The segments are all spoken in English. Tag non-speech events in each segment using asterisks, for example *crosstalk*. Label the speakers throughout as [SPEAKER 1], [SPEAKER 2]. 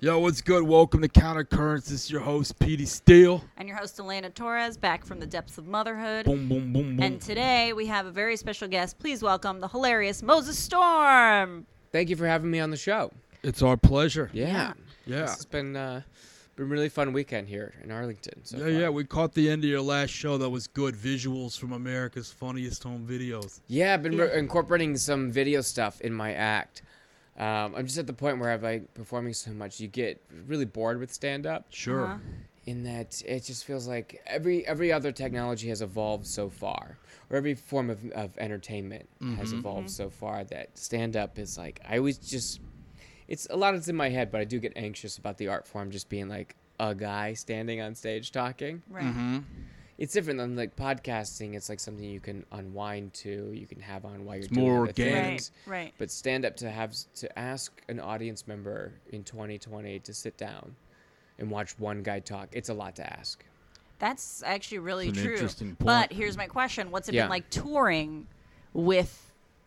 [SPEAKER 1] Yo, what's good? Welcome to Counter Currents. This is your host, Petey Steele.
[SPEAKER 2] And your host, Elena Torres, back from the depths of motherhood.
[SPEAKER 1] Boom, boom, boom, boom.
[SPEAKER 2] And today we have a very special guest. Please welcome the hilarious Moses Storm.
[SPEAKER 3] Thank you for having me on the show.
[SPEAKER 1] it's our pleasure.
[SPEAKER 3] Yeah.
[SPEAKER 1] Yeah.
[SPEAKER 3] It's been uh, been a really fun weekend here in Arlington. So
[SPEAKER 1] yeah,
[SPEAKER 3] far.
[SPEAKER 1] yeah. We caught the end of your last show. That was good. Visuals from America's Funniest Home Videos.
[SPEAKER 3] Yeah, I've been
[SPEAKER 2] Yeah.
[SPEAKER 3] re- incorporating some video stuff in my act. Um, I'm just at the point where I'm like performing so much, you get really bored with stand up.
[SPEAKER 1] Sure.
[SPEAKER 2] Uh-huh.
[SPEAKER 3] In that it just feels like every every other technology has evolved so far, or every form of, of entertainment has evolved so far that stand up is like I always just. It's a lot is in my head, but I do get anxious about the art form just being like a guy standing on stage talking.
[SPEAKER 2] Right.
[SPEAKER 3] it's different than like podcasting. It's like something you can unwind to, you can have on while you're
[SPEAKER 1] It's
[SPEAKER 3] doing
[SPEAKER 1] more
[SPEAKER 3] other
[SPEAKER 1] organic.
[SPEAKER 2] Right.
[SPEAKER 3] things.
[SPEAKER 2] Right.
[SPEAKER 3] But stand up to have to ask an audience member in 2020 to sit down and watch one guy talk. It's a lot to ask.
[SPEAKER 2] That's actually really
[SPEAKER 1] It's an
[SPEAKER 2] true.
[SPEAKER 1] interesting point.
[SPEAKER 2] But here's my question What's it
[SPEAKER 3] Yeah.
[SPEAKER 2] been like touring with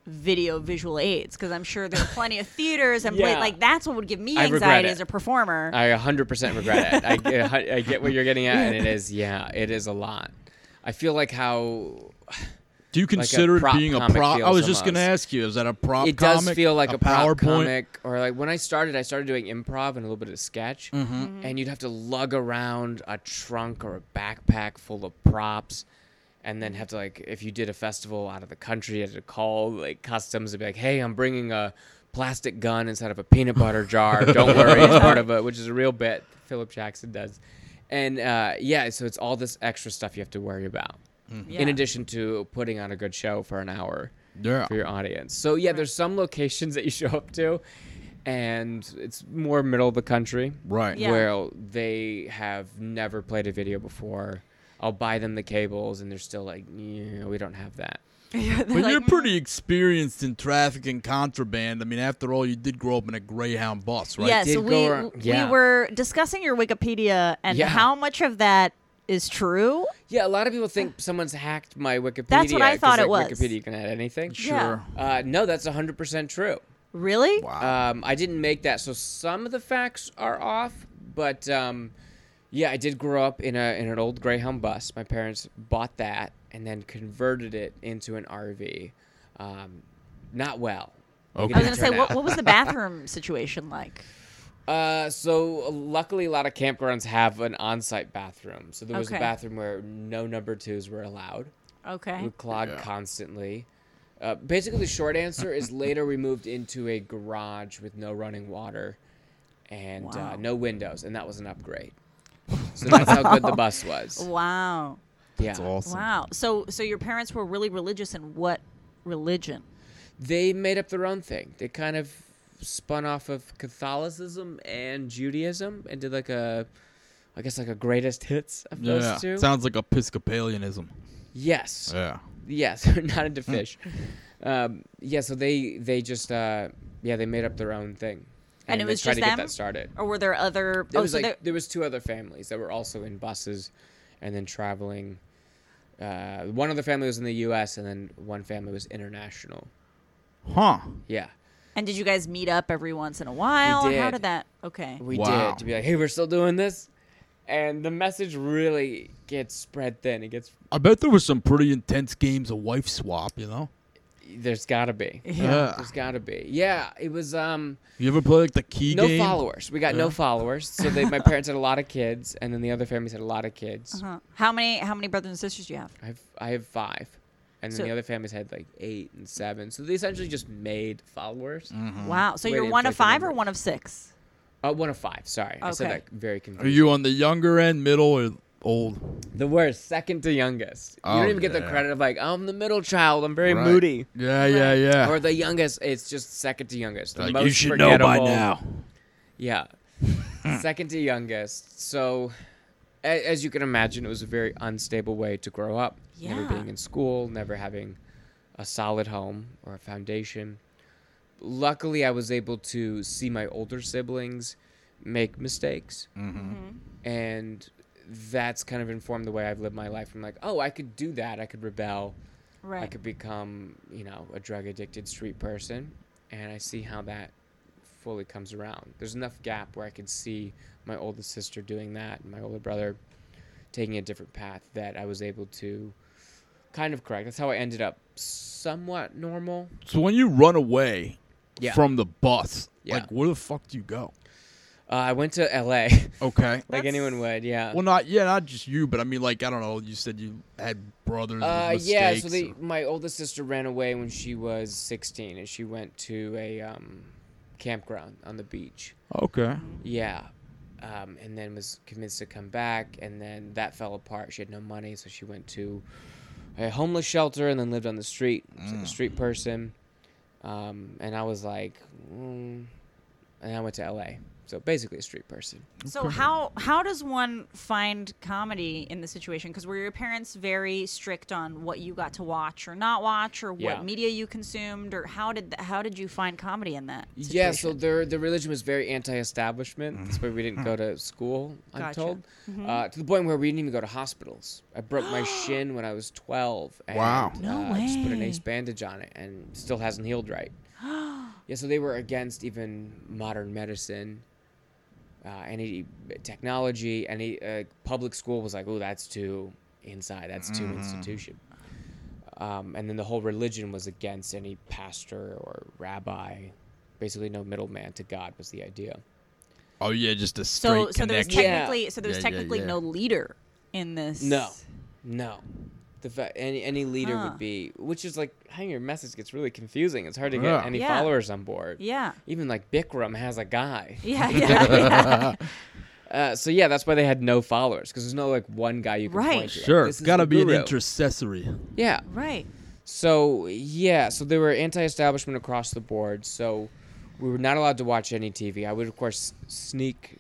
[SPEAKER 2] video visual aids? Because I'm sure there are plenty of theaters and pla-
[SPEAKER 3] Yeah.
[SPEAKER 2] like that's what would give me
[SPEAKER 3] I regret
[SPEAKER 2] anxiety
[SPEAKER 3] it.
[SPEAKER 2] as a performer.
[SPEAKER 3] I 100% regret it. I, get- I get what you're getting at, and it is yeah, it is a lot. I feel like how
[SPEAKER 1] Do you consider it
[SPEAKER 3] prop
[SPEAKER 1] being a
[SPEAKER 3] comic
[SPEAKER 1] prop? I
[SPEAKER 3] feels
[SPEAKER 1] was just going
[SPEAKER 3] almost.
[SPEAKER 1] to ask you. Is that a prop?
[SPEAKER 3] it does
[SPEAKER 1] comic?
[SPEAKER 3] feel like a, prop
[SPEAKER 1] PowerPoint.
[SPEAKER 3] comic or like when I started, I started doing improv and a little bit of sketch,
[SPEAKER 1] Mm-hmm.
[SPEAKER 3] and you'd have to lug around a trunk or a backpack full of props, and then have to like if you did a festival out of the country, you had to call like customs and be like, "Hey, I'm bringing a plastic gun inside of a peanut butter
[SPEAKER 1] *laughs*
[SPEAKER 3] jar. Don't worry, it's part of it," which is a real bit Philip Jackson does, and uh, yeah, so it's all this extra stuff you have to worry about.
[SPEAKER 2] Yeah.
[SPEAKER 1] Mm-hmm.
[SPEAKER 3] In addition to putting on a good show for an hour,
[SPEAKER 1] Yeah.
[SPEAKER 3] for your audience. So yeah, there's some locations that you show up to, and it's more middle of the country
[SPEAKER 1] Right.
[SPEAKER 2] Yeah.
[SPEAKER 3] where they have never played a video before. I'll buy them the cables, and they're still like, yeah, we don't have that.
[SPEAKER 2] They're
[SPEAKER 1] But
[SPEAKER 2] like,
[SPEAKER 3] "Mm."
[SPEAKER 1] you're pretty experienced in traffic and contraband. I mean, after all, you did grow up in a Greyhound bus, right?
[SPEAKER 2] Yes,
[SPEAKER 3] Did go
[SPEAKER 2] we
[SPEAKER 3] ar-
[SPEAKER 2] we
[SPEAKER 3] yeah.
[SPEAKER 2] were discussing your Wikipedia and
[SPEAKER 3] Yeah.
[SPEAKER 2] how much of that is true.
[SPEAKER 3] Yeah, a lot of people think someone's hacked my Wikipedia.
[SPEAKER 2] That's what I
[SPEAKER 3] 'cause,
[SPEAKER 2] thought it
[SPEAKER 3] like,
[SPEAKER 2] was.
[SPEAKER 3] Wikipedia you can add anything.
[SPEAKER 1] Sure.
[SPEAKER 3] Uh, no, that's 100% true.
[SPEAKER 2] Really?
[SPEAKER 1] Wow.
[SPEAKER 3] Um, I didn't make that, so some of the facts are off. But um, yeah, I did grow up in a in an old Greyhound bus. My parents bought that and then converted it into an RV. Um, not well.
[SPEAKER 1] Okay.
[SPEAKER 2] I was gonna
[SPEAKER 3] Turn
[SPEAKER 2] say, what,
[SPEAKER 3] out.
[SPEAKER 2] what was the bathroom situation like?
[SPEAKER 3] Uh, so luckily, a lot of campgrounds have an on-site bathroom. So there was
[SPEAKER 2] Okay.
[SPEAKER 3] a bathroom where no number twos were allowed.
[SPEAKER 2] Okay.
[SPEAKER 3] would clog constantly. Uh, basically, the short answer is later we moved into a garage with no running water and
[SPEAKER 2] Wow.
[SPEAKER 3] uh, no windows, and that was an upgrade. So that's how good the bus
[SPEAKER 2] *laughs*
[SPEAKER 3] was.
[SPEAKER 2] Wow.
[SPEAKER 3] Yeah,
[SPEAKER 1] That's awesome.
[SPEAKER 2] Wow. So so your parents were really religious in what religion?
[SPEAKER 3] they made up their own thing. They kind of spun off of Catholicism and Judaism and did like a, I guess like a greatest hits of
[SPEAKER 1] Yeah.
[SPEAKER 3] those two.
[SPEAKER 1] Sounds like Episcopalianism.
[SPEAKER 3] yes.
[SPEAKER 1] Yeah.
[SPEAKER 3] *laughs* Yes, not into fish. um, yeah, so they they just uh, yeah they made up their own thing,
[SPEAKER 2] And it
[SPEAKER 3] they
[SPEAKER 2] was
[SPEAKER 3] tried
[SPEAKER 2] just
[SPEAKER 3] to get
[SPEAKER 2] them?
[SPEAKER 3] that started.
[SPEAKER 2] Or were there other
[SPEAKER 3] There
[SPEAKER 2] oh,
[SPEAKER 3] was
[SPEAKER 2] so
[SPEAKER 3] like
[SPEAKER 2] there-
[SPEAKER 3] there... was two other families that were also in buses, and then traveling. Uh, one other family was in the U.S. and then one family was international.
[SPEAKER 1] Huh.
[SPEAKER 3] Yeah,
[SPEAKER 2] and did you guys meet up every once in a while? Or How
[SPEAKER 3] did.
[SPEAKER 2] did that okay.
[SPEAKER 3] we
[SPEAKER 1] Wow.
[SPEAKER 3] did to be like, hey, we're still doing this, and the message really gets spread thin. It gets
[SPEAKER 1] I bet there was some pretty intense games of wife swap, you know?
[SPEAKER 3] there's
[SPEAKER 2] *laughs*
[SPEAKER 3] gotta be.
[SPEAKER 1] Yeah.
[SPEAKER 3] There's gotta be. Yeah, it was um
[SPEAKER 1] You ever play like the key
[SPEAKER 3] no
[SPEAKER 1] E game? Uh-huh.
[SPEAKER 3] followers. We got
[SPEAKER 1] Yeah.
[SPEAKER 3] no followers. So they, my parents had a lot of kids, and then the other families had a lot of kids.
[SPEAKER 2] Uh-huh. How many how many brothers and sisters do you have?
[SPEAKER 3] I have I have five, and then
[SPEAKER 2] So-
[SPEAKER 3] the other families had like eight and seven. So they essentially just made followers.
[SPEAKER 1] Mm-hmm.
[SPEAKER 2] Wow. So
[SPEAKER 3] Mm-hmm. Way
[SPEAKER 2] you're
[SPEAKER 3] to
[SPEAKER 2] one of
[SPEAKER 3] inflate the
[SPEAKER 2] five or
[SPEAKER 3] numbers.
[SPEAKER 2] one of six?
[SPEAKER 3] Uh, one of five. Sorry, I said
[SPEAKER 2] Okay.
[SPEAKER 3] that very
[SPEAKER 1] Are
[SPEAKER 3] confused.
[SPEAKER 1] you on the younger end, middle, or old?
[SPEAKER 3] the worst, second to youngest. you
[SPEAKER 1] Oh,
[SPEAKER 3] don't even get the
[SPEAKER 1] yeah.
[SPEAKER 3] credit of like I'm the middle child. I'm very
[SPEAKER 1] Right. *laughs*
[SPEAKER 3] moody.
[SPEAKER 1] Yeah, yeah, yeah.
[SPEAKER 3] Or the youngest, it's just second to youngest. The
[SPEAKER 1] Like,
[SPEAKER 3] most
[SPEAKER 1] you should know by
[SPEAKER 3] forgettable-
[SPEAKER 1] now.
[SPEAKER 3] Yeah. Second to youngest. So, a- as you can imagine, it was a very unstable way to grow up. Never
[SPEAKER 2] Yeah.
[SPEAKER 3] being in school, never having a solid home or a foundation. Luckily, I was able to see my older siblings make mistakes.
[SPEAKER 1] Mm.
[SPEAKER 3] And that's kind of informed the way I've lived my life. I'm like, oh, I could do that. I could rebel. I
[SPEAKER 2] Right.
[SPEAKER 3] could become, you know, a drug addicted street person, and I see how that fully comes around. There's enough gap where I could see my oldest sister doing that and my older brother taking a different path that I was able to kind of correct. That's how I ended up somewhat normal.
[SPEAKER 1] So when you run away
[SPEAKER 3] Yeah.
[SPEAKER 1] from the bus,
[SPEAKER 3] Yeah.
[SPEAKER 1] like where the fuck do you go?
[SPEAKER 3] Uh, I went to LA
[SPEAKER 1] Okay.
[SPEAKER 3] *laughs* like
[SPEAKER 2] That's-
[SPEAKER 3] anyone would, yeah.
[SPEAKER 1] Well, not yeah, not just you, but I mean, like I don't know. You said you had brothers.
[SPEAKER 3] Uh,
[SPEAKER 1] with
[SPEAKER 3] yeah, so
[SPEAKER 1] mistakes
[SPEAKER 3] they,
[SPEAKER 1] or-
[SPEAKER 3] my oldest sister ran away when she was 16 and she went to a um, campground on the beach.
[SPEAKER 1] okay.
[SPEAKER 3] Yeah. Um, and then was convinced to come back, and then that fell apart. She had no money, so she went to a homeless shelter and then lived on the street. She was like a street person. Um, and I was like, mm. and I went to LA. So basically, a street person.
[SPEAKER 2] So
[SPEAKER 3] *laughs*
[SPEAKER 2] how how does one find comedy in the situation? Because were your parents very strict on what you got to watch or not watch, or what
[SPEAKER 3] Yeah.
[SPEAKER 2] media you consumed, or how did th- how did you find comedy in that? Situation?
[SPEAKER 3] Yeah, so their their religion was very anti-establishment. That's why we didn't go to school. I'm
[SPEAKER 2] Gotcha. Mm-hmm.
[SPEAKER 3] told uh, to the point where we didn't even go to hospitals. I broke
[SPEAKER 2] *gasps*
[SPEAKER 3] my shin when I was 12. And,
[SPEAKER 1] Wow.
[SPEAKER 2] No
[SPEAKER 3] uh, Just put an
[SPEAKER 2] way.
[SPEAKER 3] ace bandage on it, and still hasn't healed
[SPEAKER 2] *gasps*
[SPEAKER 3] right. yeah, so they were against even modern medicine, uh, any technology, any uh, public school was like, oh, that's too inside. That's too
[SPEAKER 2] Mm-hmm.
[SPEAKER 3] institution. Um, and then the whole religion was against any pastor or rabbi. Basically, no middleman to God was the idea.
[SPEAKER 1] Oh yeah, just a straight
[SPEAKER 2] so so there was
[SPEAKER 1] connection.
[SPEAKER 3] Yeah.
[SPEAKER 2] technically so there was
[SPEAKER 1] Yeah, yeah,
[SPEAKER 2] technically
[SPEAKER 1] yeah.
[SPEAKER 2] no leader in this.
[SPEAKER 3] No, no. The fa- any any leader
[SPEAKER 2] Huh.
[SPEAKER 3] would be, which is like, hang your message gets really confusing. It's hard to get
[SPEAKER 1] Yeah.
[SPEAKER 3] any
[SPEAKER 2] Yeah.
[SPEAKER 3] followers on board.
[SPEAKER 2] Yeah.
[SPEAKER 3] Even like Bikram has a guy. *laughs*
[SPEAKER 2] Yeah. Yeah. yeah.
[SPEAKER 3] Uh, so yeah, that's why they had no followers because there's no like one guy you can
[SPEAKER 2] Right.
[SPEAKER 3] point to. like,
[SPEAKER 1] Sure,
[SPEAKER 3] this is
[SPEAKER 1] gotta
[SPEAKER 3] the
[SPEAKER 1] be an
[SPEAKER 3] guru.
[SPEAKER 1] intercessory.
[SPEAKER 3] Yeah.
[SPEAKER 2] right.
[SPEAKER 3] So yeah, so they were anti-establishment across the board. So we were not allowed to watch any TV. I would of course sneak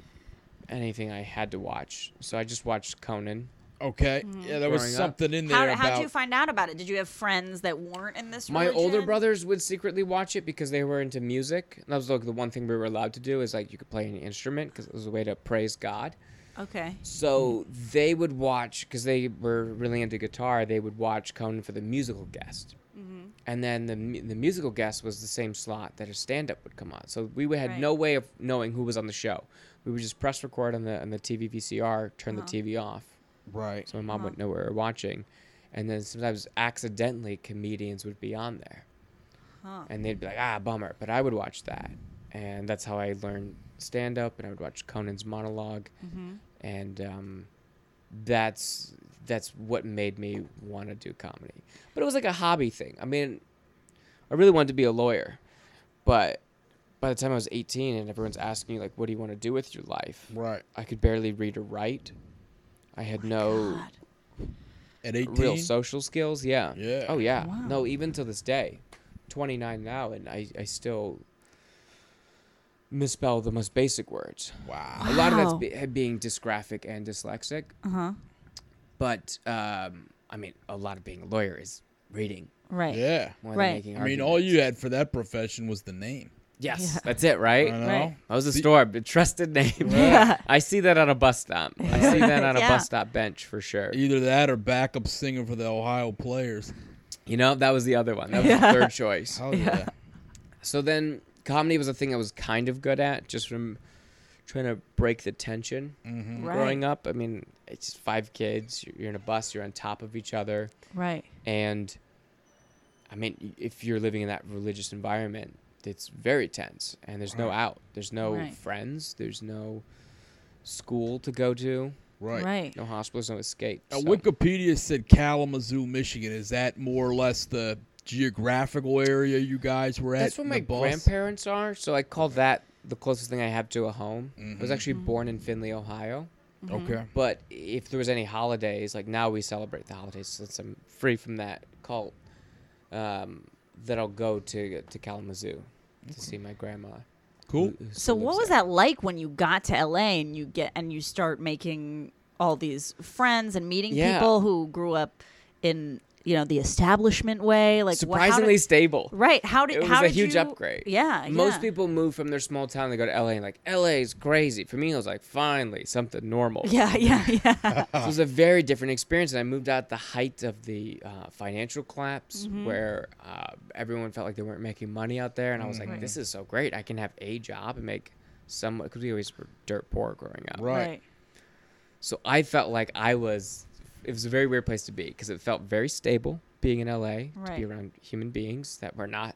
[SPEAKER 3] anything I had to watch. So I just watched Conan.
[SPEAKER 1] Okay, yeah, there was
[SPEAKER 3] Growing up.
[SPEAKER 1] something in there
[SPEAKER 2] How
[SPEAKER 1] about.
[SPEAKER 2] how did you find out about it? Did you have friends that weren't in this?
[SPEAKER 3] My older
[SPEAKER 2] religion?
[SPEAKER 3] brothers would secretly watch it because they were into music. And that was like the one thing we were allowed to do is like you could play an instrument because it was a way to praise God.
[SPEAKER 2] Okay.
[SPEAKER 3] So they would watch because they were really into guitar. They would watch Conan for the musical guest,
[SPEAKER 2] Mm-hmm.
[SPEAKER 3] and then the mu- the musical guest was the same slot that a stand up would come on. So we had
[SPEAKER 2] Right.
[SPEAKER 3] no way of knowing who was on the show. We would just press record on the on the TV VCR, turn
[SPEAKER 2] Uh-huh.
[SPEAKER 3] the TV off,
[SPEAKER 1] right.
[SPEAKER 3] so my mom wouldn't know we were watching, and then sometimes accidentally comedians would be on there,
[SPEAKER 2] Huh.
[SPEAKER 3] and they'd be like, ah, bummer. But I would watch that, and that's how I learned stand up, and I would watch Conan's monolog and um, that's that's what made me want to do comedy. But it was like a hobby thing. I mean, I really wanted to be a lawyer, but by the time I was 18 and everyone's asking you like, what do you want to do with your life?
[SPEAKER 1] Right.
[SPEAKER 3] I could barely read or write. I had no
[SPEAKER 2] God.
[SPEAKER 1] At eighteen.
[SPEAKER 3] real social skills. Yeah.
[SPEAKER 1] Yeah.
[SPEAKER 3] Oh yeah.
[SPEAKER 2] Wow.
[SPEAKER 3] No, even to this day, 29 now, and I, I still misspell the most basic words.
[SPEAKER 1] wow.
[SPEAKER 3] A lot of that's
[SPEAKER 2] Wow.
[SPEAKER 3] be- being dysgraphic and dyslexic,
[SPEAKER 2] Uh huh.
[SPEAKER 3] but um, I mean, a lot of being a lawyer is reading
[SPEAKER 2] Right.
[SPEAKER 1] Yeah.
[SPEAKER 3] more
[SPEAKER 2] Right.
[SPEAKER 3] than making.
[SPEAKER 1] I mean,
[SPEAKER 3] arguments.
[SPEAKER 1] all you had for that profession was the name.
[SPEAKER 3] Yes,
[SPEAKER 2] Yeah.
[SPEAKER 3] that's it,
[SPEAKER 1] I
[SPEAKER 3] right?
[SPEAKER 1] know.
[SPEAKER 2] Right.
[SPEAKER 3] That was a store, a trusted name.
[SPEAKER 2] Yeah.
[SPEAKER 3] *laughs* I see that on a bus stop. I see that on
[SPEAKER 2] *laughs*
[SPEAKER 3] a
[SPEAKER 2] Yeah.
[SPEAKER 3] bus stop bench for sure.
[SPEAKER 1] Either that or backup singer for the Ohio Players.
[SPEAKER 3] You know, that was the other one. That was
[SPEAKER 2] Yeah.
[SPEAKER 3] the third choice.
[SPEAKER 1] Hell yeah.
[SPEAKER 3] So then comedy was a thing I was kind of good at just from trying to break the tension
[SPEAKER 1] Mm-hmm.
[SPEAKER 2] Right.
[SPEAKER 3] growing up. I mean, it's just five kids, you're- you're in a bus, you're on top of each other.
[SPEAKER 2] Right.
[SPEAKER 3] And I mean, y- if you're living in that religious environment, it's very tense and there's no out, there's no
[SPEAKER 2] Right.
[SPEAKER 3] friends, there's no school to go to,
[SPEAKER 1] Right.
[SPEAKER 2] Right.
[SPEAKER 3] no hospitals, no escape.
[SPEAKER 1] Now,
[SPEAKER 3] so-
[SPEAKER 1] Wikipedia said Kalamazoo, Michigan. Is that more or less the geographical area you guys were at?
[SPEAKER 3] That's where
[SPEAKER 1] in
[SPEAKER 3] my
[SPEAKER 1] the bus?
[SPEAKER 3] grandparents are, so I call that the closest thing I have to a home. I was
[SPEAKER 1] Mhm.
[SPEAKER 3] actually born in Findlay, Ohio.
[SPEAKER 1] Okay.
[SPEAKER 3] But if there was any holidays, like now we celebrate the holidays since I'm free from that cult, um, that I'll go to to Kalamazoo to see my grandma.
[SPEAKER 1] Cool.
[SPEAKER 3] Mm-hmm.
[SPEAKER 2] So what was that like when you got to LA and you get and you start making all these friends and meeting
[SPEAKER 3] Yeah.
[SPEAKER 2] people who grew up in you know, the establishment way? Like what- how did-
[SPEAKER 3] Surprisingly stable.
[SPEAKER 2] right? How did
[SPEAKER 3] It was
[SPEAKER 2] how
[SPEAKER 3] a
[SPEAKER 2] did
[SPEAKER 3] huge
[SPEAKER 2] you-
[SPEAKER 3] upgrade.
[SPEAKER 2] Yeah,
[SPEAKER 3] Most
[SPEAKER 2] yeah.
[SPEAKER 3] people move from their small town. They go to LA and like LA is crazy. For me, I was like, finally something normal.
[SPEAKER 2] Yeah, yeah,
[SPEAKER 3] *laughs*
[SPEAKER 2] yeah.
[SPEAKER 3] So it was a very different experience. And I moved out at the height of the uh, financial collapse where uh, everyone felt like they weren't making money out there. And I was like, this is so great. I can have a job and make some, because we always were dirt poor growing up.
[SPEAKER 1] Right.
[SPEAKER 3] So I felt like I was, it was a very weird place to be because it felt very stable being in LA, to
[SPEAKER 2] Right.
[SPEAKER 3] be around human beings that were not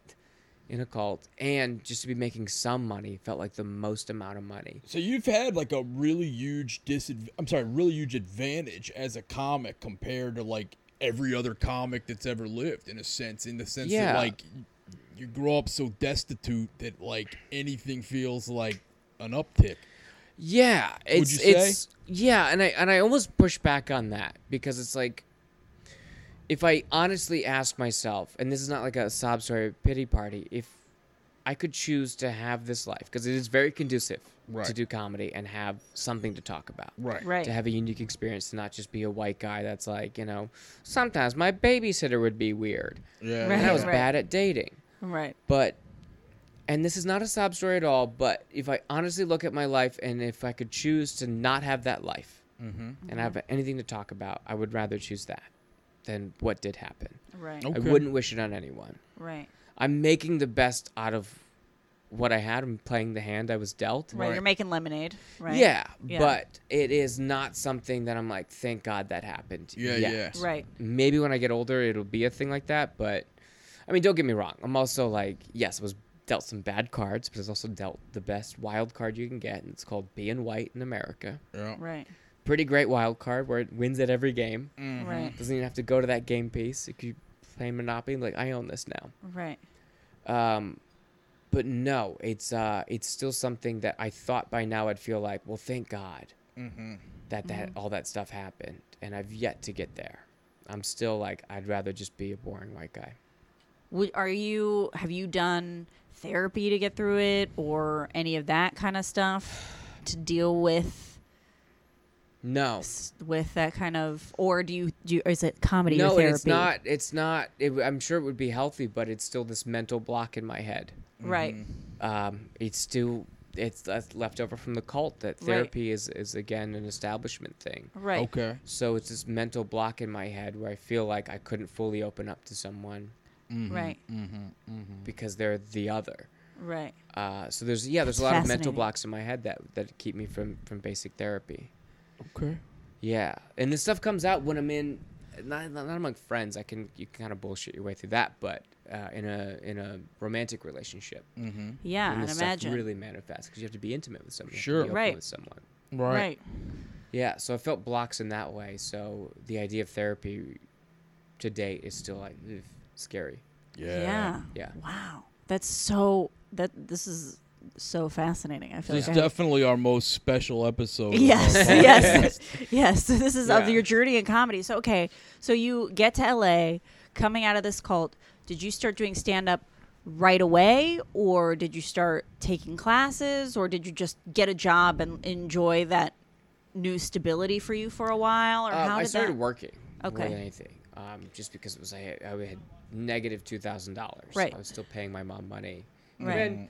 [SPEAKER 3] in a cult. And just to be making some money felt like the most amount of money.
[SPEAKER 1] So you've had like a really huge disadv- I'm sorry, really huge advantage as a comic compared to like every other comic that's ever lived in a sense in the sense that
[SPEAKER 3] Yeah.
[SPEAKER 1] like you grow up so destitute that like anything feels like an uptick.
[SPEAKER 3] Yeah, it's
[SPEAKER 1] you say?
[SPEAKER 3] it's yeah, and I and I almost push back on that because it's like if I honestly ask myself, and this is not like a sob story or pity party, if I could choose to have this life because it is very conducive
[SPEAKER 1] Right.
[SPEAKER 3] to do comedy and have something to talk about.
[SPEAKER 1] Right.
[SPEAKER 2] Right.
[SPEAKER 3] To have a unique experience, to not just be a white guy that's like, you know, sometimes my babysitter would be weird.
[SPEAKER 1] Yeah.
[SPEAKER 2] Right.
[SPEAKER 3] And I was
[SPEAKER 1] yeah.
[SPEAKER 3] bad at dating
[SPEAKER 2] Right.
[SPEAKER 3] but and this is not a sob story at all but if i honestly look at my life and if i could choose to not have that life
[SPEAKER 1] Mm-hmm.
[SPEAKER 3] and have anything to talk about i would rather choose that than what did happen
[SPEAKER 2] Right.
[SPEAKER 1] Nope.
[SPEAKER 3] i
[SPEAKER 1] Okay.
[SPEAKER 3] wouldn't wish it on anyone
[SPEAKER 2] Right.
[SPEAKER 3] i'm making the best out of what i had i'm playing the hand i was dealt
[SPEAKER 2] Right.
[SPEAKER 1] Right.
[SPEAKER 2] You're making lemonade. Right.
[SPEAKER 3] yeah,
[SPEAKER 2] Yeah.
[SPEAKER 3] but it is not something that i'm like thank god that happened
[SPEAKER 1] Yeah,
[SPEAKER 3] yet."
[SPEAKER 1] yeah.
[SPEAKER 2] Right.
[SPEAKER 3] maybe when I get older it'll be a thing like that. But I mean, don't get me wrong. I'm also like, yes, I was dealt some bad cards, but I was also dealt the best wild card you can get, and it's called being white in America.
[SPEAKER 1] Yeah.
[SPEAKER 2] Right.
[SPEAKER 3] Pretty great wild card where it wins at every game.
[SPEAKER 2] Right.
[SPEAKER 3] Doesn't even have to go to that game piece. It could play Monopoly. Like I own this now.
[SPEAKER 2] Right.
[SPEAKER 3] Um, but no, it's uh, it's still something that I thought by now I'd feel like, well, thank God that that
[SPEAKER 2] Mm-hmm.
[SPEAKER 3] all that stuff happened, and I've yet to get there. I'm still like, I'd rather just be a boring white guy.
[SPEAKER 2] Would, are you? Have you done therapy to get through it, or any of that kind of stuff to deal with
[SPEAKER 3] No,
[SPEAKER 2] with that kind of? Or do you do? You, or is it comedy or
[SPEAKER 3] no,
[SPEAKER 2] therapy?
[SPEAKER 3] and it's not. It's not. It, w- I'm sure it would be healthy, but it's still this mental block in my head.
[SPEAKER 2] Right.
[SPEAKER 3] Um, it's still it's that's left over from the cult that
[SPEAKER 2] Right.
[SPEAKER 3] therapy is is again an establishment thing.
[SPEAKER 2] Right.
[SPEAKER 1] Okay.
[SPEAKER 3] So it's this mental block in my head where I feel like I couldn't fully open up to someone Mm-hmm.
[SPEAKER 2] Right.
[SPEAKER 3] because they're the other.
[SPEAKER 2] Right.
[SPEAKER 3] Uh, so there's yeah, there's
[SPEAKER 2] That's
[SPEAKER 3] a lot of mental
[SPEAKER 2] fascinating.
[SPEAKER 3] blocks in my head that that keep me from from basic therapy.
[SPEAKER 1] Okay.
[SPEAKER 3] Yeah, and this stuff comes out when I'm in not not not among friends. I can you can kind of bullshit your way through that, but uh, in a in a romantic relationship,
[SPEAKER 2] Yeah.
[SPEAKER 3] when
[SPEAKER 2] Mm-hmm. I'd
[SPEAKER 3] this
[SPEAKER 2] imagine.
[SPEAKER 3] stuff really manifests because you have to be intimate with someone, you have to
[SPEAKER 1] Sure.
[SPEAKER 3] be open
[SPEAKER 2] Right.
[SPEAKER 3] with someone.
[SPEAKER 1] Right.
[SPEAKER 2] right.
[SPEAKER 3] Yeah, so I felt blocks in that way. So the idea of therapy to date is still like ugh, scary.
[SPEAKER 1] Yeah.
[SPEAKER 2] yeah.
[SPEAKER 3] Yeah.
[SPEAKER 2] Wow. That's so. That this is so fascinating. I feel
[SPEAKER 1] This
[SPEAKER 2] like
[SPEAKER 1] is
[SPEAKER 2] I-
[SPEAKER 1] definitely our most special episode. of our *laughs*
[SPEAKER 2] *laughs* Yes, *laughs*
[SPEAKER 1] podcast.
[SPEAKER 2] yes, yes. *laughs* So this is of
[SPEAKER 3] Yeah.
[SPEAKER 2] your journey in comedy. So okay, so you get to LA, coming out of this cult. Did you start doing stand up right away, or did you start taking classes, or did you just get a job and enjoy that new stability for you for a while, or
[SPEAKER 3] Um,
[SPEAKER 2] how
[SPEAKER 3] I
[SPEAKER 2] did
[SPEAKER 3] started
[SPEAKER 2] that?
[SPEAKER 3] working more
[SPEAKER 2] Okay.
[SPEAKER 3] than anything, um, just because it was I had, I had negative two thousand dollars.
[SPEAKER 2] Right.
[SPEAKER 3] I was still paying my mom money.
[SPEAKER 2] Right.
[SPEAKER 3] And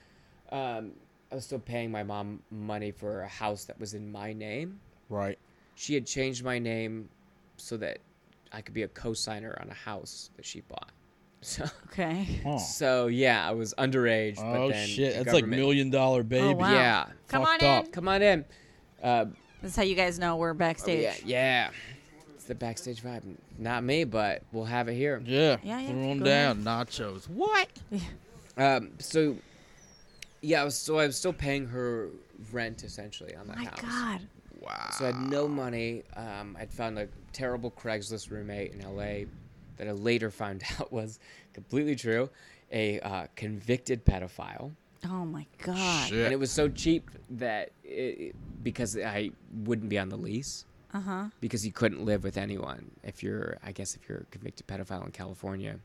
[SPEAKER 3] then, um, I was still paying my mom money for a house that was in my name.
[SPEAKER 1] Right.
[SPEAKER 3] She had changed my name so that I could be a co-signer on a house that she bought. *laughs* So,
[SPEAKER 2] Okay,
[SPEAKER 1] Huh.
[SPEAKER 3] so yeah, I was underage.
[SPEAKER 1] Oh
[SPEAKER 3] but then
[SPEAKER 1] shit!
[SPEAKER 3] the
[SPEAKER 1] That's like
[SPEAKER 3] government-
[SPEAKER 1] million dollar baby.
[SPEAKER 2] Oh, wow.
[SPEAKER 3] Yeah.
[SPEAKER 2] come
[SPEAKER 1] Fucked
[SPEAKER 2] on
[SPEAKER 1] up.
[SPEAKER 2] in.
[SPEAKER 3] Come on in. Uh,
[SPEAKER 2] This is how you guys know we're backstage.
[SPEAKER 3] yeah, yeah. It's the backstage vibe. Not me, but we'll have it here.
[SPEAKER 1] Yeah.
[SPEAKER 2] Yeah, yeah,
[SPEAKER 1] Throw 'em
[SPEAKER 2] go
[SPEAKER 1] down. Nachos. What?
[SPEAKER 3] Um, so, yeah, I was, so I was still paying her rent essentially on that
[SPEAKER 2] My
[SPEAKER 3] house.
[SPEAKER 2] God.
[SPEAKER 1] Wow.
[SPEAKER 3] So I had no money. Um, I'd found a terrible Craigslist roommate in LA that I later *laughs* found out was completely true, a uh, convicted pedophile.
[SPEAKER 2] Oh my God.
[SPEAKER 1] Shit.
[SPEAKER 3] And it was so cheap that it, because I wouldn't be on the lease.
[SPEAKER 2] Uh huh.
[SPEAKER 3] Because you couldn't live with anyone if you're, I guess, if you're a convicted pedophile in California.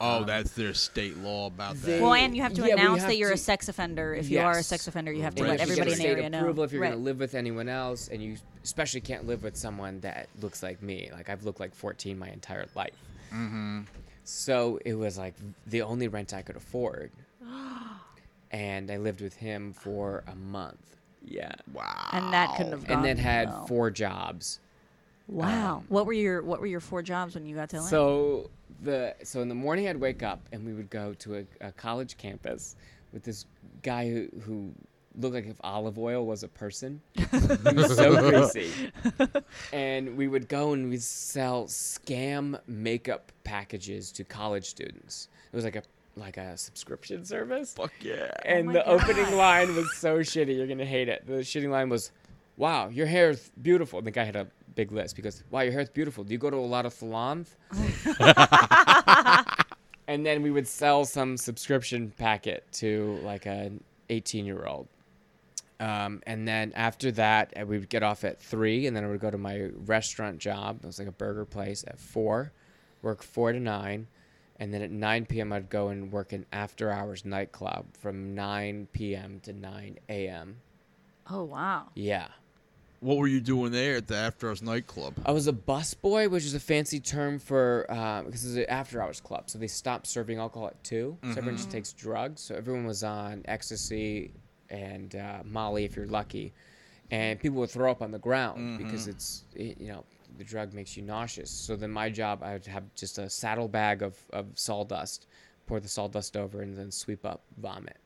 [SPEAKER 1] Oh,
[SPEAKER 3] um,
[SPEAKER 1] that's their state law about that.
[SPEAKER 3] They-
[SPEAKER 2] Well, and you have to
[SPEAKER 3] Yeah, we
[SPEAKER 2] announce
[SPEAKER 3] have
[SPEAKER 2] that you're a
[SPEAKER 3] to-
[SPEAKER 2] sex offender. If you are a
[SPEAKER 3] Yes.
[SPEAKER 2] sex offender, you have to
[SPEAKER 1] Right.
[SPEAKER 2] let
[SPEAKER 1] You have to
[SPEAKER 2] everybody
[SPEAKER 1] get
[SPEAKER 2] in the
[SPEAKER 3] state
[SPEAKER 2] area know.
[SPEAKER 3] approval if you're
[SPEAKER 2] right.
[SPEAKER 3] going to live with anyone else, and you especially can't live with someone that looks like me. Like I've looked like 14 my entire life. So it was like the only rent I could
[SPEAKER 2] *gasps*
[SPEAKER 3] afford. and I lived with him for a month. Yeah.
[SPEAKER 4] Wow.
[SPEAKER 2] and that couldn't have gone.
[SPEAKER 3] And then had
[SPEAKER 2] well.
[SPEAKER 3] four jobs.
[SPEAKER 2] Wow. what were your What were your four jobs when you got to LA?
[SPEAKER 3] So the so in the morning I'd wake up and we would go to a, a college campus with this guy who, who looked like if olive oil was a person. he was so greasy. and we would go and we'd sell scam makeup packages to college students. It was like a like a subscription service.
[SPEAKER 4] Fuck yeah.
[SPEAKER 3] And
[SPEAKER 2] my
[SPEAKER 3] the
[SPEAKER 2] God.
[SPEAKER 3] opening line was so shitty. You're gonna hate it. The shitty line was, "Wow, your hair's beautiful." And the guy had a big list because, "Wow, your hair's beautiful. Do you go to a lot of salons?" and then we would sell some subscription packet to like an 18 year old. Um, and then after that, uh, we would get off at three, and then I would go to my restaurant job. It was like a burger place at four, work four to nine, and then at nine p.m. I'd go and work an after-hours nightclub from nine p.m. to nine a.m.
[SPEAKER 2] oh wow.
[SPEAKER 3] Yeah,
[SPEAKER 4] What were you doing there at the After Hours nightclub?
[SPEAKER 3] I was a busboy, which is a fancy term for uh, because it's an after-hours club. So they stopped serving alcohol at 2 So everyone just takes drugs. So everyone was on ecstasy and uh, Molly, if you're lucky, and people would throw up on the ground because it's it, you know the drug makes you nauseous. So then my job, I would have just a saddlebag of of sawdust, pour the sawdust over, and then sweep up vomit.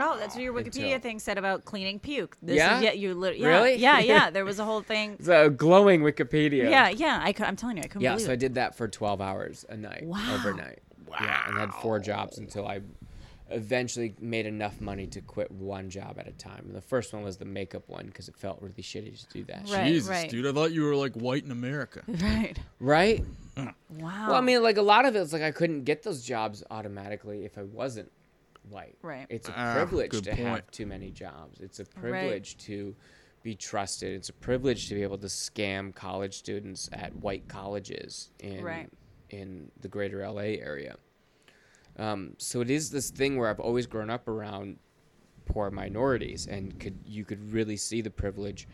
[SPEAKER 2] Oh, that's what your
[SPEAKER 3] Until-
[SPEAKER 2] Wikipedia thing said about cleaning puke. This
[SPEAKER 3] Yeah?
[SPEAKER 2] Is, yeah. You lit- yeah,
[SPEAKER 3] Really?
[SPEAKER 2] Yeah.
[SPEAKER 3] *laughs*
[SPEAKER 2] Yeah. There was a whole thing.
[SPEAKER 3] It's a glowing Wikipedia.
[SPEAKER 2] Yeah. Yeah. I, cou- I'm telling you, I couldn't
[SPEAKER 3] Yeah,
[SPEAKER 2] believe
[SPEAKER 3] so I
[SPEAKER 2] it.
[SPEAKER 3] did that for 12 hours a night
[SPEAKER 2] Wow.
[SPEAKER 3] overnight. Wow. Yeah, and had four jobs until I eventually made enough money to quit one job at a time. And the first one was the makeup one because it felt really shitty to do that.
[SPEAKER 2] Right,
[SPEAKER 1] Jesus,
[SPEAKER 2] right.
[SPEAKER 1] dude, I thought you were like white in
[SPEAKER 2] *laughs*
[SPEAKER 1] America.
[SPEAKER 2] Right.
[SPEAKER 3] Right?
[SPEAKER 2] Wow.
[SPEAKER 3] Well, I mean, like a lot of it's like I couldn't get those jobs automatically if I wasn't white.
[SPEAKER 2] Right.
[SPEAKER 3] It's a
[SPEAKER 4] Ah,
[SPEAKER 3] privilege
[SPEAKER 4] good
[SPEAKER 3] to
[SPEAKER 4] point.
[SPEAKER 3] have too many jobs. It's a privilege to be trusted. It's a privilege to be able to scam college students at white colleges in
[SPEAKER 2] Right.
[SPEAKER 3] in the greater LA area. Um, so it is this thing where I've always grown up around poor minorities and could you could really see the privilege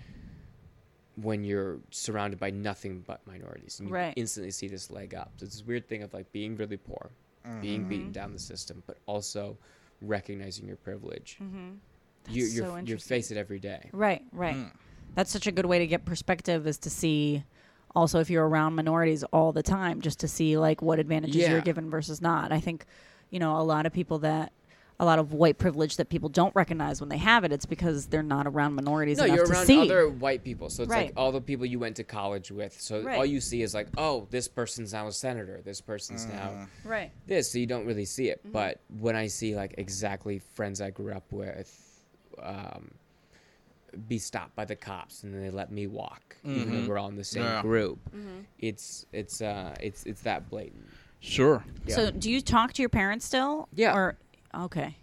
[SPEAKER 3] when you're surrounded by nothing but minorities and you
[SPEAKER 2] Right.
[SPEAKER 3] instantly see this leg up so it's this weird thing of like being really poor
[SPEAKER 2] Mm-hmm.
[SPEAKER 3] being beaten down the system but also recognizing your privilege you,
[SPEAKER 2] Mm-hmm. That's
[SPEAKER 3] you're,
[SPEAKER 2] so
[SPEAKER 3] you
[SPEAKER 2] interesting.
[SPEAKER 3] face it every day
[SPEAKER 2] Right, right.
[SPEAKER 3] Hmm.
[SPEAKER 2] That's such a good way to get perspective is to see also if you're around minorities all the time, just to see like what advantages
[SPEAKER 3] Yeah.
[SPEAKER 2] you're given versus not. I think, you know, a lot of people that a lot of white privilege that people don't recognize when they have it, it's because they're not around minorities
[SPEAKER 3] no
[SPEAKER 2] enough
[SPEAKER 3] you're
[SPEAKER 2] to
[SPEAKER 3] around
[SPEAKER 2] see.
[SPEAKER 3] other white people so it's
[SPEAKER 2] Right.
[SPEAKER 3] like all the people you went to college with so all
[SPEAKER 2] Right.
[SPEAKER 3] you see is like oh this person's now a senator this person's now
[SPEAKER 2] Right.
[SPEAKER 3] this, so you don't really see it. But when I see like exactly friends I grew up with um, be stopped by the cops and then they let me walk, even
[SPEAKER 2] Mm-hmm.
[SPEAKER 3] though we're all in the same
[SPEAKER 4] Yeah.
[SPEAKER 3] group, it's it's uh it's it's that blatant.
[SPEAKER 1] Sure.
[SPEAKER 2] So
[SPEAKER 3] Yeah.
[SPEAKER 2] do you talk to your parents still?
[SPEAKER 3] Yeah.
[SPEAKER 2] Or okay.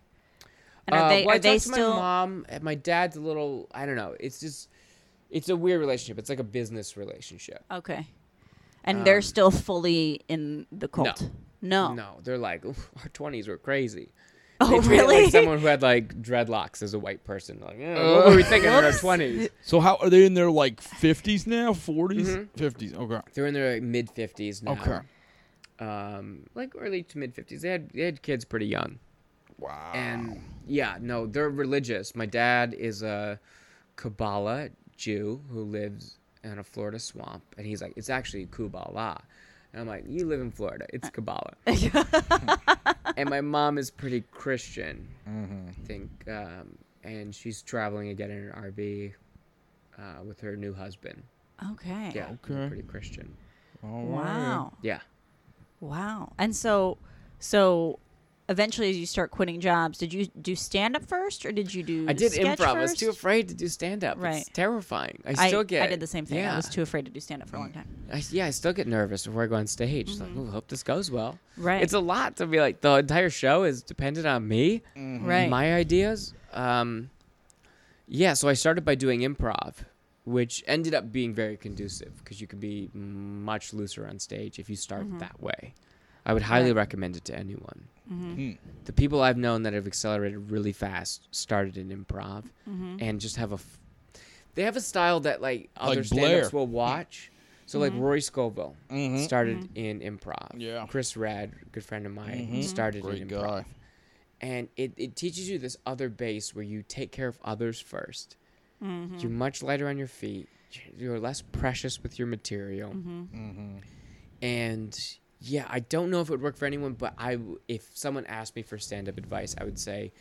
[SPEAKER 2] And are
[SPEAKER 3] Uh,
[SPEAKER 2] they
[SPEAKER 3] well, I
[SPEAKER 2] are they
[SPEAKER 3] talked to
[SPEAKER 2] still
[SPEAKER 3] my mom and my dad's a little I don't know. It's just it's a weird relationship. It's like a business relationship.
[SPEAKER 2] okay. And they're still fully in the cult. No.
[SPEAKER 3] Um, No, they're like *laughs* "Oof, our twenties were crazy.
[SPEAKER 2] Oh,
[SPEAKER 3] They treated, like,
[SPEAKER 2] really?
[SPEAKER 3] someone who had like dreadlocks as a white person. Like, eh, what
[SPEAKER 2] Oh.
[SPEAKER 3] were we thinking in our twenties?
[SPEAKER 1] So how are they in their like 50s now? 40s?
[SPEAKER 3] Mm-hmm.
[SPEAKER 1] 50s. Okay.
[SPEAKER 3] They're in their like, mid fifties now.
[SPEAKER 1] Okay.
[SPEAKER 3] um, like early to mid fifties. They had they had kids pretty young,
[SPEAKER 4] Wow.
[SPEAKER 3] and yeah, no, they're religious. My dad is a Kabbalah Jew who lives in a Florida swamp, and he's like, it's actually Kubala. And I'm like, you live in Florida.
[SPEAKER 1] *laughs*
[SPEAKER 3] It's Kabbalah. and my mom is pretty Christian,
[SPEAKER 1] Mm-hmm.
[SPEAKER 3] I think. Um, and she's traveling again in an RV uh, with her new husband.
[SPEAKER 2] Okay.
[SPEAKER 3] Yeah.
[SPEAKER 1] Okay.
[SPEAKER 3] Pretty Christian.
[SPEAKER 2] Wow.
[SPEAKER 3] Yeah.
[SPEAKER 2] Wow. And so, so eventually, as you start quitting jobs, did you do stand up first, or did you do?
[SPEAKER 3] I did
[SPEAKER 2] sketch
[SPEAKER 3] improv. I was too
[SPEAKER 2] first?
[SPEAKER 3] afraid to do stand up.
[SPEAKER 2] Right.
[SPEAKER 3] It's terrifying. I still get.
[SPEAKER 2] I did the same thing.
[SPEAKER 3] Yeah.
[SPEAKER 2] I was too afraid to do stand up for a long time.
[SPEAKER 3] I, yeah, I still get nervous before I go on stage. It's
[SPEAKER 2] Mm-hmm.
[SPEAKER 3] Like, oh, hope this goes well.
[SPEAKER 2] Right.
[SPEAKER 3] It's a lot to be like the entire show is dependent on me,
[SPEAKER 2] Right.
[SPEAKER 3] my ideas. Um, yeah, so I started by doing improv, which ended up being very conducive because you can be much looser on stage if you start that way. I would highly recommend it to anyone.
[SPEAKER 1] Hmm.
[SPEAKER 3] The people I've known that have accelerated really fast started in improv and just have a. F- they have a style that like other
[SPEAKER 1] Like Blair.
[SPEAKER 3] stand-ups will watch, So like Rory Scovel
[SPEAKER 1] Mm-hmm.
[SPEAKER 4] Mm-hmm.
[SPEAKER 3] started in improv.
[SPEAKER 1] Yeah.
[SPEAKER 3] Chris Rad, good friend of mine, started in
[SPEAKER 4] Mm-hmm. Great
[SPEAKER 3] improv.
[SPEAKER 4] guy.
[SPEAKER 3] And it, it teaches you this other base where you take care of others 1st you You're much lighter on your feet. You're less precious with your material.
[SPEAKER 4] Mm-hmm.
[SPEAKER 3] And yeah, I don't know if it would work for anyone, but I w- if someone asked me for stand-up advice, I would say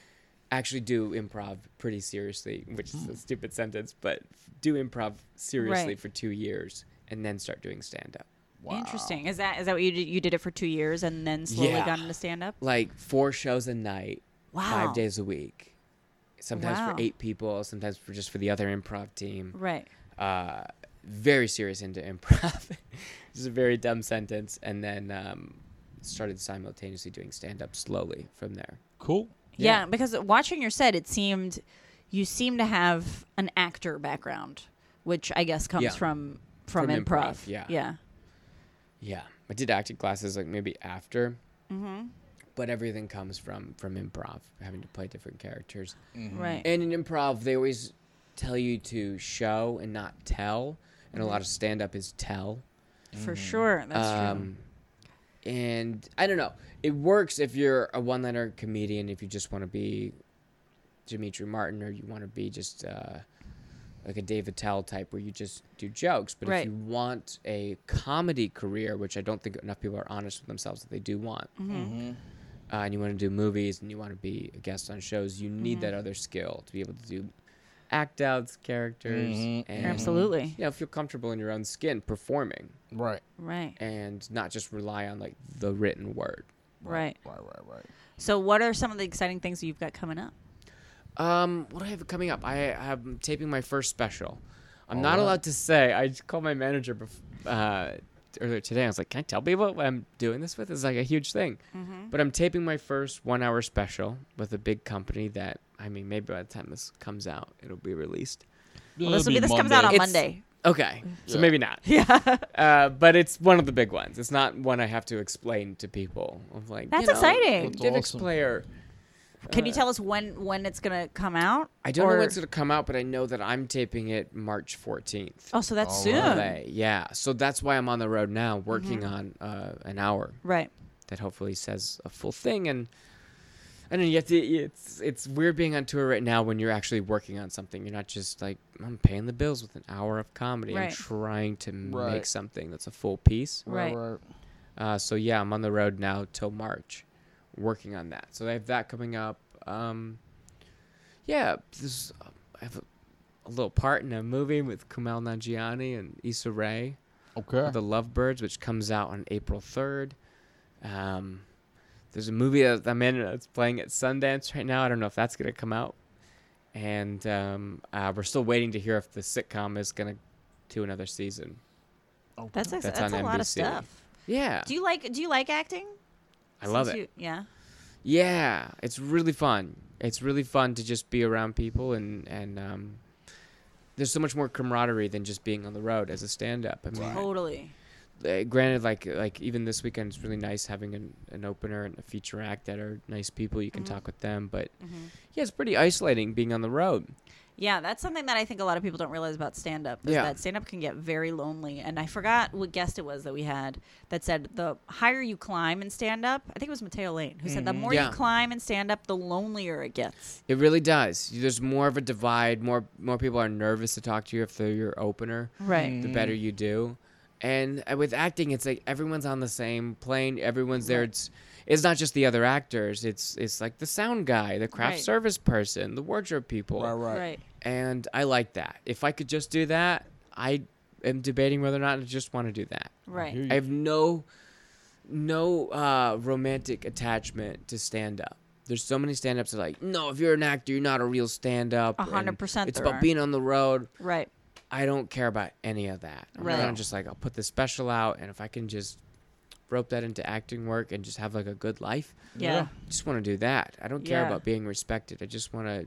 [SPEAKER 3] actually do improv pretty seriously, which is a stupid sentence, but do improv seriously
[SPEAKER 2] Right.
[SPEAKER 3] for 2 years and then start doing stand-up.
[SPEAKER 2] Interesting. Is that is that what you did? You did it for two years and then slowly
[SPEAKER 3] Yeah.
[SPEAKER 2] got into stand up.
[SPEAKER 3] Like four shows a night,
[SPEAKER 2] Wow.
[SPEAKER 3] 5 days a week. Sometimes
[SPEAKER 2] Wow.
[SPEAKER 3] for 8 people, sometimes for just for the other improv team.
[SPEAKER 2] Right.
[SPEAKER 3] uh, very serious into improv. *laughs* This is a very dumb sentence, and then um, started simultaneously doing stand up slowly from there.
[SPEAKER 1] Cool.
[SPEAKER 2] Yeah.
[SPEAKER 3] Yeah.
[SPEAKER 2] because watching your set, it seemed you seem to have an actor background, which I guess comes
[SPEAKER 3] Yeah.
[SPEAKER 2] from from,
[SPEAKER 3] From
[SPEAKER 2] improv.
[SPEAKER 3] improv, yeah.
[SPEAKER 2] Yeah.
[SPEAKER 3] Yeah, I did acting classes like maybe after,
[SPEAKER 2] Mm-hmm.
[SPEAKER 3] but everything comes from from improv, having to play different characters.
[SPEAKER 2] Right.
[SPEAKER 3] And in improv, they always tell you to show and not tell, and a lot of stand up is tell.
[SPEAKER 2] For sure. That's true.
[SPEAKER 3] Mm-hmm. Um, and I don't know. It works if you're a one-liner comedian. If you just want to be Dimitri Martin, or you want to be just uh, like a Dave Attell type, where you just do jokes. But
[SPEAKER 2] Right.
[SPEAKER 3] if you want a comedy career, which I don't think enough people are honest with themselves that they do want,
[SPEAKER 2] Mm-hmm. Mm.
[SPEAKER 1] Mm-hmm.
[SPEAKER 3] uh, and you want to do movies and you want to be a guest on shows, you
[SPEAKER 2] Mm-hmm.
[SPEAKER 3] need that other skill to be able to do act outs, characters, and
[SPEAKER 2] Absolutely.
[SPEAKER 3] you know feel comfortable in your own skin performing
[SPEAKER 4] Right.
[SPEAKER 2] Right.
[SPEAKER 3] and not just rely on like the written word.
[SPEAKER 2] Right.
[SPEAKER 4] Right. Right. Right.
[SPEAKER 2] So, what are some of the exciting things that you've got coming up?
[SPEAKER 3] Um, what do I have coming up? I am taping my first special. I'm not allowed to say. I just called my manager bef- uh, earlier today. I was like, "Can I tell people what I'm doing this with?" It's like a huge thing.
[SPEAKER 2] Mm-hmm.
[SPEAKER 3] But I'm taping my first one-hour special with a big company that I mean, maybe by the time this comes out, it'll be released.
[SPEAKER 2] Well, this will be, this comes out on
[SPEAKER 3] It's-
[SPEAKER 2] Monday.
[SPEAKER 3] Okay, so
[SPEAKER 4] Yeah.
[SPEAKER 3] maybe not.
[SPEAKER 2] *laughs* Yeah.
[SPEAKER 3] Uh, but it's one of the big ones. It's not one I have to explain to people. I'm like,
[SPEAKER 2] That's
[SPEAKER 3] you know,
[SPEAKER 2] exciting.
[SPEAKER 4] That's
[SPEAKER 3] Civics
[SPEAKER 4] awesome.
[SPEAKER 3] player.
[SPEAKER 2] Can you tell us when when it's gonna come out?
[SPEAKER 3] I don't know
[SPEAKER 2] Or-
[SPEAKER 3] when it's gonna come out, but I know that I'm taping it March 14th.
[SPEAKER 2] Oh, so that's
[SPEAKER 4] All
[SPEAKER 2] soon.
[SPEAKER 4] right.
[SPEAKER 3] Monday. Yeah, so that's why I'm on the road now, working
[SPEAKER 2] Mm-hmm.
[SPEAKER 3] on uh, an hour
[SPEAKER 2] Right.
[SPEAKER 3] that hopefully says a full thing. And I don't know, you have to. It's it's weird being on tour right now when you're actually working on something. You're not just like I'm paying the bills with an hour of comedy.
[SPEAKER 2] Right.
[SPEAKER 3] I'm trying to
[SPEAKER 4] Right.
[SPEAKER 3] make something that's a full piece.
[SPEAKER 2] Right.
[SPEAKER 4] Right.
[SPEAKER 3] Uh, so yeah, I'm on the road now till March, working on that. So I have that coming up. Um, yeah, this I have a, a little part in a movie with Kumail Nanjiani and Issa Rae,
[SPEAKER 4] Okay.
[SPEAKER 3] The Lovebirds, which comes out on April 3rd. Um, there's a movie that I'm in that's playing at Sundance right now. I don't know if that's gonna come out, and um, uh, we're still waiting to hear if the sitcom is gonna do another season.
[SPEAKER 2] That's ex- that's,
[SPEAKER 3] That's
[SPEAKER 2] a
[SPEAKER 3] on
[SPEAKER 2] lot of
[SPEAKER 3] NBC.
[SPEAKER 2] stuff.
[SPEAKER 3] Yeah,
[SPEAKER 2] Do you like Do you like acting?
[SPEAKER 3] I love
[SPEAKER 2] Since
[SPEAKER 3] it.
[SPEAKER 2] you- yeah.
[SPEAKER 3] Yeah, it's really fun. It's really fun to just be around people and and um, there's so much more camaraderie than just being on the road as a stand-up. I mean,
[SPEAKER 2] Totally.
[SPEAKER 3] uh, granted, like like even this weekend, it's really nice having an, an opener and a feature act that are nice people. You can talk with them, but yeah, it's pretty isolating being on the road.
[SPEAKER 2] Yeah, that's something that I think a lot of people don't realize about stand up.
[SPEAKER 3] Yeah.
[SPEAKER 2] That stand up can get very lonely. And I forgot what guest it was that we had that said the higher you climb in stand up, I think it was Mateo Lane, who said the more
[SPEAKER 3] Yeah.
[SPEAKER 2] you climb in stand up, the lonelier it gets.
[SPEAKER 3] It really does. There's more of a divide. More more people are nervous to talk to you if they're your opener.
[SPEAKER 2] Right.
[SPEAKER 3] The better you do. And uh, with acting, it's like everyone's on the same plane. Everyone's there. It's it's not just the other actors. It's it's like the sound guy, the craft
[SPEAKER 2] Right.
[SPEAKER 3] service person, the wardrobe people.
[SPEAKER 4] Right. Right.
[SPEAKER 2] Right.
[SPEAKER 3] And I like that. If I could just do that, I am debating whether or not I just want to do that.
[SPEAKER 2] Right.
[SPEAKER 4] hear
[SPEAKER 3] I have no no uh, romantic attachment to stand up. There's so many stand ups that are like, no, if you're an actor, you're not a real stand up.
[SPEAKER 2] A hundred percent
[SPEAKER 3] It's
[SPEAKER 2] there
[SPEAKER 3] about
[SPEAKER 2] are.
[SPEAKER 3] being on the road.
[SPEAKER 2] Right.
[SPEAKER 3] I don't care about any of that. I'm
[SPEAKER 2] Right.
[SPEAKER 3] kind of just like, I'll put this special out, and if I can just rope that into acting work and just have like a good life,
[SPEAKER 2] Yeah.
[SPEAKER 3] I just want to do that. I don't care
[SPEAKER 2] Yeah.
[SPEAKER 3] about being respected. I just want to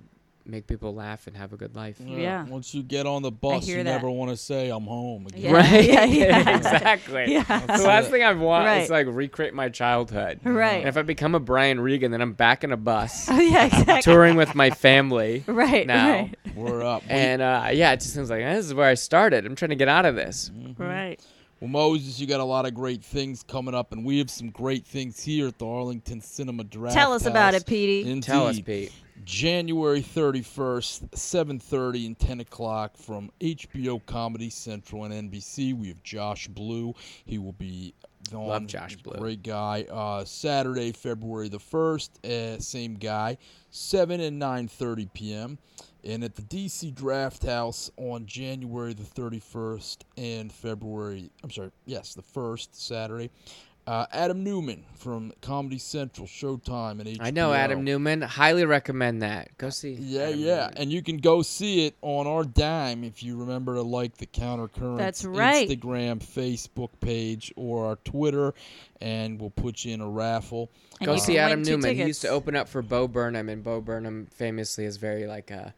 [SPEAKER 3] make people laugh and have a good life.
[SPEAKER 2] Yeah. *laughs*
[SPEAKER 1] Once you get on the bus,
[SPEAKER 2] hear
[SPEAKER 1] you
[SPEAKER 2] that.
[SPEAKER 1] never want to say I'm home again.
[SPEAKER 2] Yeah. Right.
[SPEAKER 3] *laughs*
[SPEAKER 2] Yeah, yeah.
[SPEAKER 3] exactly.
[SPEAKER 2] Yeah.
[SPEAKER 3] The last thing I want
[SPEAKER 2] Right.
[SPEAKER 3] is like recreate my childhood.
[SPEAKER 2] Right.
[SPEAKER 3] And if I become a Brian Regan, then I'm back in *laughs*
[SPEAKER 2] *laughs*
[SPEAKER 3] a
[SPEAKER 2] *laughs*
[SPEAKER 3] bus
[SPEAKER 2] Oh, yeah, exactly.
[SPEAKER 3] touring with my family.
[SPEAKER 2] Right.
[SPEAKER 3] Now.
[SPEAKER 2] Right.
[SPEAKER 1] *laughs* We're up.
[SPEAKER 3] And uh, yeah, it just seems like eh, this is where I started. I'm trying to get out of this.
[SPEAKER 2] Right.
[SPEAKER 1] Well, Moses, you got a lot of great things coming up, and we have some great things here at the Arlington Cinema Draft.
[SPEAKER 2] Tell
[SPEAKER 3] uh,
[SPEAKER 2] us about
[SPEAKER 1] House.
[SPEAKER 2] it, Petey.
[SPEAKER 1] Indeed.
[SPEAKER 3] Tell us, Pete.
[SPEAKER 1] January 31st, 7:30 and 10 o'clock from HBO Comedy Central and NBC. We have Josh Blue. He will be on.
[SPEAKER 3] Love Josh Blue.
[SPEAKER 1] Great guy. Uh, Saturday, February the 1st, uh, same guy, 7 and 9:30 p.m. And at the DC Draft House on January the 31st and February, I'm sorry, yes, the 1st Saturday. Uh, Adam Newman from Comedy Central, Showtime, and HBO.
[SPEAKER 3] I know Adam Newman. Highly recommend that. Go see.
[SPEAKER 1] Yeah,
[SPEAKER 3] Adam
[SPEAKER 1] yeah,
[SPEAKER 3] Newman.
[SPEAKER 1] and you can go see it on our dime if you remember to like the countercurrent
[SPEAKER 2] That's right.
[SPEAKER 1] Instagram, Facebook page, or our Twitter, and we'll put you in a raffle.
[SPEAKER 2] And
[SPEAKER 3] Go
[SPEAKER 2] you
[SPEAKER 3] see
[SPEAKER 2] can
[SPEAKER 3] Adam
[SPEAKER 2] win two
[SPEAKER 3] Newman. He used to
[SPEAKER 2] tickets.
[SPEAKER 3] open up for Bo Burnham, and Bo Burnham famously is very like a.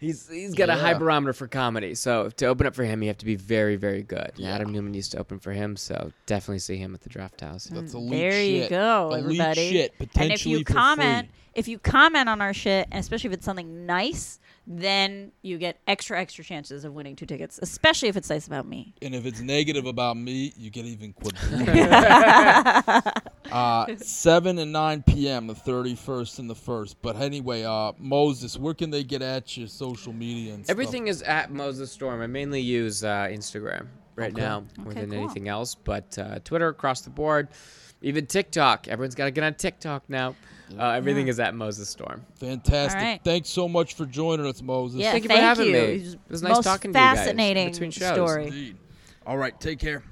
[SPEAKER 3] He's he's got a high
[SPEAKER 1] Yeah.
[SPEAKER 3] barometer for comedy. So to open up for him, you have to be very very good. And Adam Newman used to open for him, so definitely see him at the Draft House.
[SPEAKER 1] That's elite
[SPEAKER 2] Mm, There
[SPEAKER 1] shit.
[SPEAKER 2] you go,
[SPEAKER 1] elite
[SPEAKER 2] everybody.
[SPEAKER 1] Shit,
[SPEAKER 2] and if
[SPEAKER 1] potentially
[SPEAKER 2] you
[SPEAKER 1] for
[SPEAKER 2] comment,
[SPEAKER 1] free.
[SPEAKER 2] if you comment on our shit, and especially if it's something nice, then you get extra extra chances of winning two tickets. Especially if it's nice about me.
[SPEAKER 1] and if it's negative about me, you get even
[SPEAKER 2] *laughs*
[SPEAKER 1] quadruple. *laughs* uh, seven and nine p.m. the thirty-first and the first. But anyway, uh, Moses, where can they get at you? Social media and stuff?
[SPEAKER 3] Everything is at Moses Storm. I mainly use uh, Instagram right now more
[SPEAKER 2] Okay,
[SPEAKER 3] than
[SPEAKER 2] cool.
[SPEAKER 3] anything else, but uh, Twitter across the board, even TikTok. Everyone's got to get on TikTok now. Uh, everything is at Moses Storm.
[SPEAKER 1] Fantastic.
[SPEAKER 2] All right.
[SPEAKER 1] Thanks so much for joining us, Moses.
[SPEAKER 2] Yeah,
[SPEAKER 3] Thank you for
[SPEAKER 2] thank
[SPEAKER 3] having
[SPEAKER 2] you.
[SPEAKER 3] me.
[SPEAKER 2] It was
[SPEAKER 3] It was nice
[SPEAKER 2] most
[SPEAKER 3] talking to you guys
[SPEAKER 2] fascinating
[SPEAKER 3] between shows.
[SPEAKER 2] story.
[SPEAKER 1] Indeed. All right, take care.